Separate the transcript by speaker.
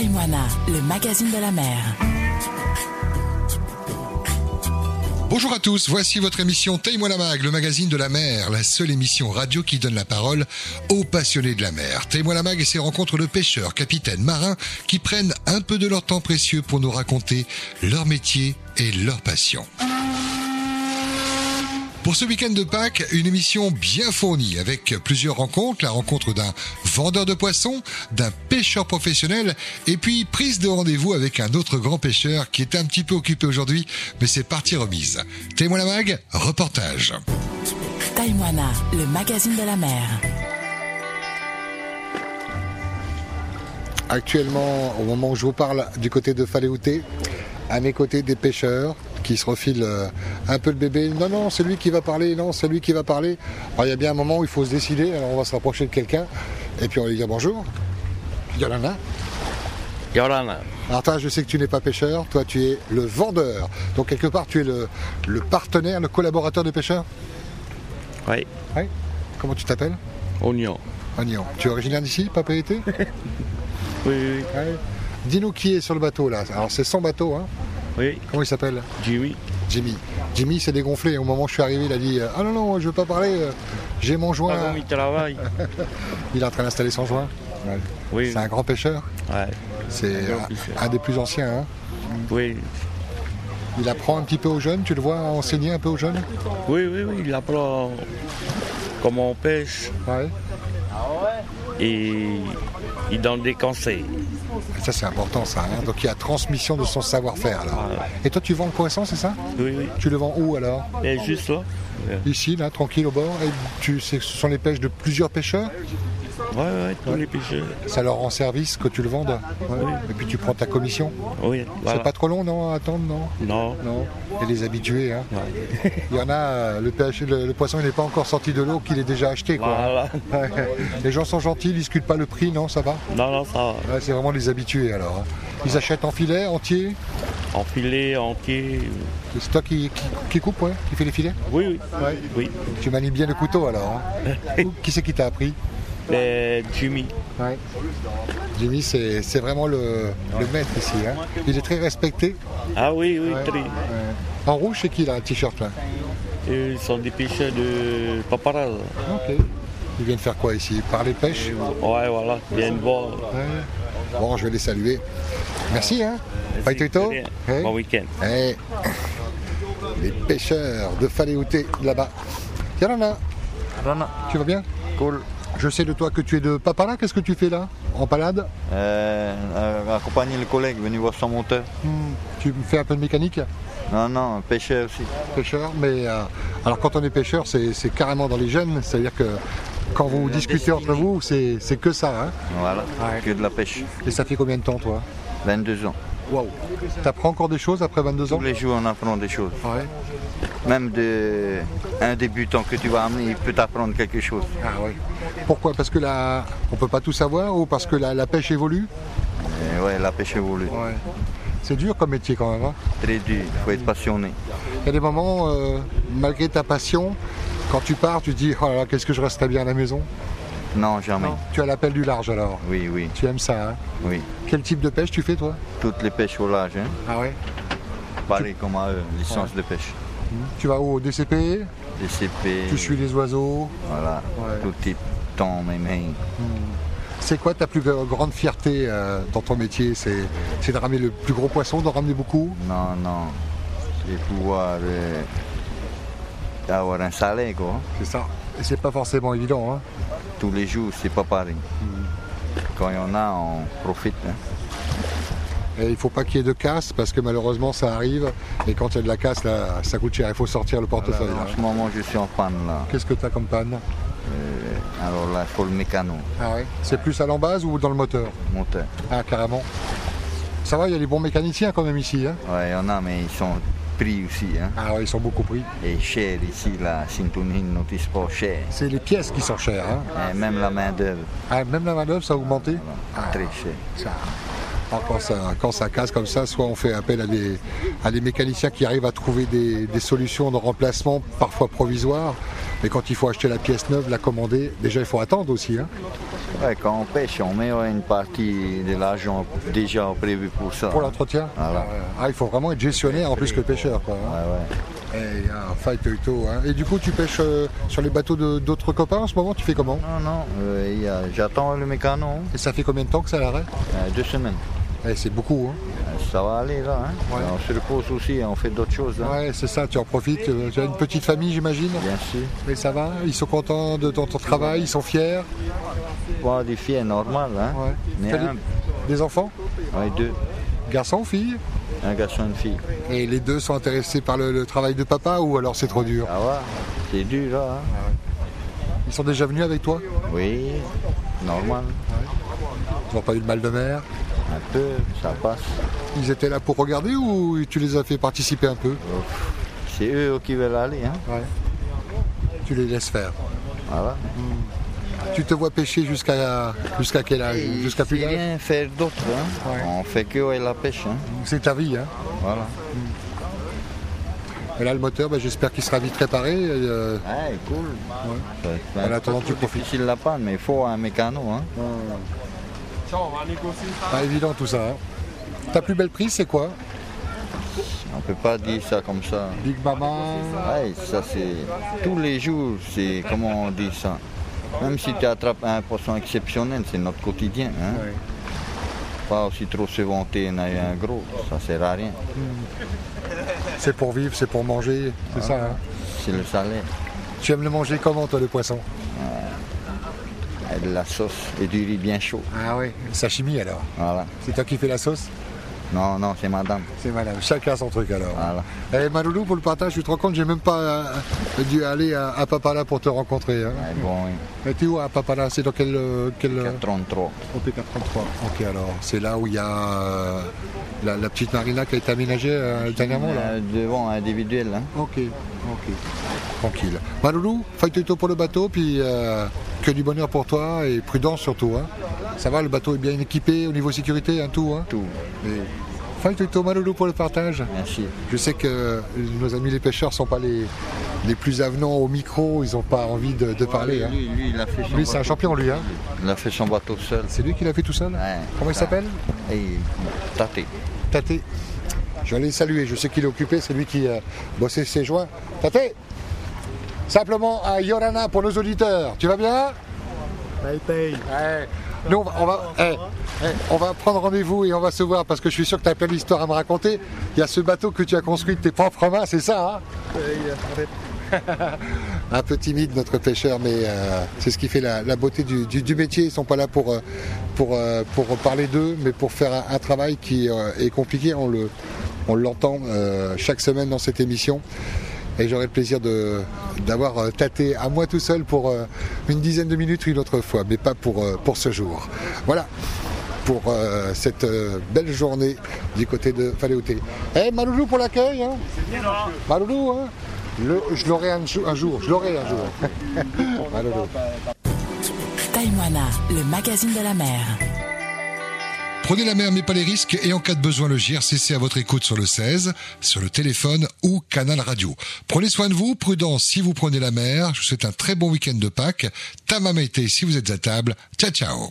Speaker 1: et Moana, le magazine de la mer.
Speaker 2: Bonjour à tous, voici votre émission Taille-moi la mag, le magazine de la mer, la seule émission radio qui donne la parole aux passionnés de la mer. Taille-moi la mag et ses rencontres de pêcheurs, capitaines, marins qui prennent un peu de leur temps précieux pour nous raconter leur métier et leur passion. Pour ce week-end de Pâques, une émission bien fournie avec plusieurs rencontres, la rencontre d'un vendeur de poissons, d'un pêcheur professionnel et puis prise de rendez-vous avec un autre grand pêcheur qui est un petit peu occupé aujourd'hui, mais c'est partie remise. Témoin la mag, reportage.
Speaker 1: Taïmoana, le magazine de la mer.
Speaker 2: Actuellement, au moment où je vous parle, du côté de Faléouté, à mes côtés des pêcheurs qui se refilent euh, un peu le bébé. Non, non, c'est lui qui va parler, non, c'est lui qui va parler. Alors, il y a bien un moment où il faut se décider, alors on va se rapprocher de quelqu'un et puis on va lui dire bonjour. Yolana.
Speaker 3: Yolana,
Speaker 2: Alors, toi, je sais que tu n'es pas pêcheur, toi, tu es le vendeur. Donc, quelque part, tu es le, le partenaire, le collaborateur de pêcheur
Speaker 3: oui,
Speaker 2: Oui. Comment tu t'appelles
Speaker 3: oignon.
Speaker 2: Agnon. Tu es originaire d'ici, Papa été
Speaker 3: Oui, oui,
Speaker 2: Ouais. Dis-nous qui est sur le bateau là. Alors c'est son bateau, hein.
Speaker 3: Ah, oui,
Speaker 2: Comment il s'appelle
Speaker 3: Jimmy.
Speaker 2: Jimmy. Jimmy s'est dégonflé. Au moment où je suis arrivé, il a dit euh, Ah non, non, moi, je veux pas parler, euh, j'ai mon joint.
Speaker 3: Pardon, il travaille.
Speaker 2: Il est en train d'installer son joint. Ouais.
Speaker 3: Oui,
Speaker 2: C'est un grand pêcheur.
Speaker 3: ouais,
Speaker 2: C'est
Speaker 3: Un grand
Speaker 2: un,
Speaker 3: pêcheur.
Speaker 2: un des plus anciens. hein.
Speaker 3: oui,
Speaker 2: Il apprend un petit peu aux jeunes, tu le vois enseigner un peu aux jeunes
Speaker 3: oui, oui, oui, il apprend comment on pêche
Speaker 2: Ouais.
Speaker 3: et il donne des conseils.
Speaker 2: Ça c'est important ça. hein. Donc il y a transmission de son savoir-faire
Speaker 3: Ah,
Speaker 2: alors. Et toi tu vends le poisson, c'est ça
Speaker 3: Oui, oui,
Speaker 2: Tu le vends où alors
Speaker 3: et juste là. Oui,
Speaker 2: Ici, là, tranquille au bord. Et tu, c'est- ce sont les pêches de plusieurs pêcheurs
Speaker 3: oui, tous les pêcheurs.
Speaker 2: Ça leur rend service que tu le vendes. Ouais. Et puis tu prends ta commission.
Speaker 3: Oui, voilà.
Speaker 2: C'est pas trop long, non, à attendre, non
Speaker 3: Non,
Speaker 2: Non. Et les habitués, hein. Il y en a, euh, le, pêche- le- le poisson, il n'est pas encore sorti de l'eau, qu'il est déjà acheté, quoi.
Speaker 3: voilà.
Speaker 2: Ouais. Les gens sont gentils, ils discutent pas le prix, non, ça va
Speaker 3: Non, non, ça va.
Speaker 2: Ouais, C'est vraiment les habitués, alors. hein. Ils achètent en filet, entier
Speaker 3: Enfilé, entier.
Speaker 2: C'est toi qui, qui, qui coupe, ouais Qui fait les filets
Speaker 3: Oui, oui,
Speaker 2: Ouais.
Speaker 3: oui.
Speaker 2: Tu manies bien le couteau, alors. hein. qui c'est qui t'a appris
Speaker 3: Et Jimmy,
Speaker 2: Ouais. Jimmy, c'est c'est vraiment le, le maître ici. hein. Il est très respecté.
Speaker 3: ah oui, oui,
Speaker 2: Ouais.
Speaker 3: très.
Speaker 2: Ouais. En rouge, c'est qui là, un t-shirt là
Speaker 3: Et Ils sont des pêcheurs de paparazzi.
Speaker 2: Ok. Ils viennent faire quoi ici Parler pêche
Speaker 3: Ouais, voilà, ils viennent voir.
Speaker 2: Ouais. Bon, je vais les saluer. Merci, hein Bye,
Speaker 3: Merci,
Speaker 2: Toto.
Speaker 3: très bien.
Speaker 2: Hey.
Speaker 3: Bon week-end.
Speaker 2: Hey. Les pêcheurs de Faléouté, là-bas. Yalana,
Speaker 4: Rana,
Speaker 2: tu vas bien
Speaker 4: cool.
Speaker 2: Je sais de toi que tu es de Papala. Qu'est-ce que tu fais là En palade
Speaker 4: Euh, euh, accompagner le collègue, venir voir son monteur.
Speaker 2: Hmm. Tu fais un peu de mécanique
Speaker 4: Non, non, pêcheur aussi.
Speaker 2: pêcheur, mais euh, alors quand on est pêcheur, c'est c'est carrément dans les gènes, c'est-à-dire que quand vous discutez entre vous, c'est c'est que ça. hein.
Speaker 4: Voilà,
Speaker 2: Ouais.
Speaker 4: que de la pêche.
Speaker 2: Et ça fait combien de temps, toi
Speaker 4: 22 ans.
Speaker 2: Waouh T'apprends encore des choses après 22 ans
Speaker 4: Tous les jours, on apprend des choses.
Speaker 2: Ouais.
Speaker 4: Même de un débutant que tu vas amener, il peut t'apprendre quelque chose.
Speaker 2: Ah ouais. Pourquoi Parce que la... on peut pas tout savoir ou parce que la, la pêche évolue
Speaker 4: Et ouais, la pêche évolue.
Speaker 2: Ouais. C'est dur comme métier quand même. hein.
Speaker 4: Très dur, il faut être passionné.
Speaker 2: Il y a des moments, euh, malgré ta passion, quand tu pars, tu te dis oh là là, qu'est-ce que je resterais bien à la maison.
Speaker 4: Non, jamais.
Speaker 2: Tu as l'appel du large alors.
Speaker 4: Oui, oui,
Speaker 2: Tu aimes ça. hein.
Speaker 4: oui.
Speaker 2: Quel type de pêche tu fais toi
Speaker 4: Toutes les pêches au large, hein.
Speaker 2: Ah ouais.
Speaker 4: pareil comme à eux, licence de pêche.
Speaker 2: Tu vas où au DCP
Speaker 4: Des CP,
Speaker 2: Tu suis les oiseaux.
Speaker 4: voilà,
Speaker 2: Ouais.
Speaker 4: tout type, temps, même. hein.
Speaker 2: C'est quoi ta plus grande fierté euh, dans ton métier C'est c'est de ramener le plus gros poisson, d'en ramener beaucoup
Speaker 4: Non, non. Et pouvoir euh, avoir un salaire, quoi.
Speaker 2: C'est ça. Et c'est pas forcément évident. hein.
Speaker 4: Tous les jours, c'est pas pareil.
Speaker 2: Mm.
Speaker 4: Quand il y en a, on profite. hein.
Speaker 2: Et il faut pas qu'il y ait de casse parce que malheureusement ça arrive. Et quand il y a de la casse, là, ça coûte cher. Il faut sortir le portefeuille.
Speaker 4: Alors, en
Speaker 2: hein.
Speaker 4: ce moment, je suis en panne, là.
Speaker 2: Qu'est-ce que tu as comme panne
Speaker 4: Alors là, il faut le mécano,
Speaker 2: ah ouais. C'est plus à l'embase ou dans le moteur
Speaker 4: monteur.
Speaker 2: Ah, carrément. Ça va, il y a les bons mécaniciens quand même ici. hein.
Speaker 4: Ouais, il y en a, mais ils sont pris aussi. Hein.
Speaker 2: ah ouais, ils sont beaucoup pris.
Speaker 4: Et cher ici, la Sintonin Notice pas cher.
Speaker 2: C'est les pièces qui sont chères. hein.
Speaker 4: Et même la main-d'œuvre,
Speaker 2: Ah, même la main-d'œuvre, ça a augmenté
Speaker 4: voilà,
Speaker 2: Ah.
Speaker 4: très cher.
Speaker 2: Ça- alors, quand, ça, quand ça casse comme ça, soit on fait appel à des, à des mécaniciens qui arrivent à trouver des, des solutions de remplacement, parfois provisoires, mais quand il faut acheter la pièce neuve, la commander, déjà il faut attendre aussi. hein.
Speaker 4: Ouais, quand on pêche, on met ouais, une partie de l'argent déjà prévu pour ça.
Speaker 2: Pour l'entretien
Speaker 4: Voilà.
Speaker 2: Ah, il faut vraiment être gestionnaire en plus que pêcheur. Quoi, hein.
Speaker 4: Ouais, ouais.
Speaker 2: Eh, il y a un fight plutôt, hein. Et du coup, tu pêches euh, sur les bateaux de- d'autres copains en ce moment Tu fais comment
Speaker 4: Non, non, euh, il y a- j'attends le mécano,
Speaker 2: Et ça fait combien de temps que ça l'arrête
Speaker 4: euh, deux semaines. Euh,
Speaker 2: eh, C'est beaucoup. hein.
Speaker 4: Ça va aller là, hein.
Speaker 2: Ouais.
Speaker 4: on se repose aussi, on fait d'autres choses. hein.
Speaker 2: Ouais, c'est ça, tu en profites. euh, Tu as une petite famille, j'imagine.
Speaker 4: Bien sûr.
Speaker 2: Mais ça va Ils sont contents de ton, ton travail, ils sont fiers.
Speaker 4: Pas des filles, normal. Hein.
Speaker 2: Ouais.
Speaker 4: Mais
Speaker 2: T'as des-
Speaker 4: un,
Speaker 2: Des enfants
Speaker 4: ouais, deux,
Speaker 2: Garçons, filles
Speaker 4: un garçon, une fille.
Speaker 2: Et les deux sont intéressés par le, le travail de papa ou alors c'est trop dur
Speaker 4: Ça va, c'est dur là. hein.
Speaker 2: Ils sont déjà venus avec toi
Speaker 4: Oui, normal.
Speaker 2: Ils n'ont pas eu le mal de mer
Speaker 4: Un peu, ça passe.
Speaker 2: Ils étaient là pour regarder ou tu les as fait participer un peu
Speaker 4: C'est eux qui veulent aller. Hein.
Speaker 2: Tu les laisses faire
Speaker 4: Voilà.
Speaker 2: Tu te vois pêcher jusqu'à jusqu'à quel âge Jusqu'à plus
Speaker 4: C'est
Speaker 2: d'âge
Speaker 4: rien faire d'autre. hein.
Speaker 2: Ouais.
Speaker 4: On fait que ouais, la pêche. hein.
Speaker 2: C'est ta vie. Hein
Speaker 4: Voilà.
Speaker 2: Et là, le moteur, bah, j'espère qu'il sera vite réparé. et, euh,
Speaker 4: Ouais, cool. Ouais.
Speaker 2: En attendant, tu profites.
Speaker 4: difficile la panne, mais il faut un mécano. Hein.
Speaker 2: pas évident tout ça. hein. Ta plus belle prise, c'est quoi
Speaker 4: On peut pas dire ça comme ça.
Speaker 2: Big Mama
Speaker 4: Ouais, ça c'est tous les jours, c'est comment on dit ça. Même si tu attrapes un poisson exceptionnel, c'est notre quotidien. hein.
Speaker 2: Ouais.
Speaker 4: Pas aussi trop se vanter, en a eu un gros, ça sert à rien.
Speaker 2: C'est pour vivre, c'est pour manger, c'est ça. hein.
Speaker 4: C'est le salaire,
Speaker 2: Tu aimes le manger comment, toi, le poisson
Speaker 4: et de la sauce et du riz bien chaud.
Speaker 2: Ah oui. Sashimi, alors
Speaker 4: Voilà.
Speaker 2: C'est toi qui fais la sauce
Speaker 4: Non, non, c'est madame.
Speaker 2: C'est madame. Chacun son truc, alors.
Speaker 4: Voilà.
Speaker 2: Eh, Maloulou, pour le partage, tu te rends compte, j'ai même pas euh, dû aller à, à Papala pour te rencontrer. hein.
Speaker 4: Ouais, bon, oui.
Speaker 2: Mais t'es où à Papala C'est dans quel... euh, quel euh,
Speaker 4: 33.
Speaker 2: OP83. Ok, alors c'est là où il y a euh, la, la petite marina qui a été aménagée euh, dernièrement là.
Speaker 4: Euh, devant individuel. hein.
Speaker 2: Ok, ok. Tranquille. Maloulou, feuille-toi pour le bateau, puis euh, que du bonheur pour toi et prudence surtout. hein. Ça va, le bateau est bien équipé au niveau sécurité, hein, tout. Hein.
Speaker 4: Tout.
Speaker 2: Feuille-toi, Maloulou, pour le partage.
Speaker 4: Merci.
Speaker 2: Je sais que nos amis les pêcheurs sont pas les, les plus avenants au micro, ils ont pas envie de, de parler. hein.
Speaker 4: Lui, lui, il a fait son
Speaker 2: Lui, c'est un champion, lui. Hein.
Speaker 4: Il a fait son bateau seul.
Speaker 2: C'est lui qui l'a fait tout seul
Speaker 4: Ouais.
Speaker 2: Comment il s'appelle
Speaker 4: Et tâté.
Speaker 2: Tate. Je vais aller le saluer, je sais qu'il est occupé, c'est lui qui euh, bossait ses joints. Tate Simplement à Yorana pour nos auditeurs. Tu vas bien Ouais. Nous, on va, on, va, eh, eh, on va prendre rendez-vous et on va se voir parce que je suis sûr que tu as plein d'histoires à me raconter. Il y a ce bateau que tu as construit de tes propres mains, c'est ça hein un peu timide notre pêcheur, mais euh, c'est ce qui fait la, la beauté du, du- du métier. Ils sont pas là pour, euh, pour, euh, pour parler d'eux, mais pour faire un, un travail qui euh, est compliqué. On le on l'entend euh, chaque semaine dans cette émission. Et j'aurai le plaisir de- d'avoir euh, tâté à moi tout seul pour euh, une dizaine de minutes une autre fois, mais pas pour, euh, pour ce jour. Voilà pour euh, cette euh, belle journée du côté de Faléouté. Eh, Maloulou pour l'accueil hein. Maloulou, hein Le- je l'aurai un, jou- un jour, je l'aurai un jour. Maloulou.
Speaker 1: Taïwana, le magazine de la mer.
Speaker 2: Prenez la mer mais pas les risques et en cas de besoin le JRCC à votre écoute sur le 16, sur le téléphone ou canal radio. Prenez soin de vous, prudence si vous prenez la mer. Je vous souhaite un très bon week-end de Pâques. Tamamete si vous êtes à table. Ciao ciao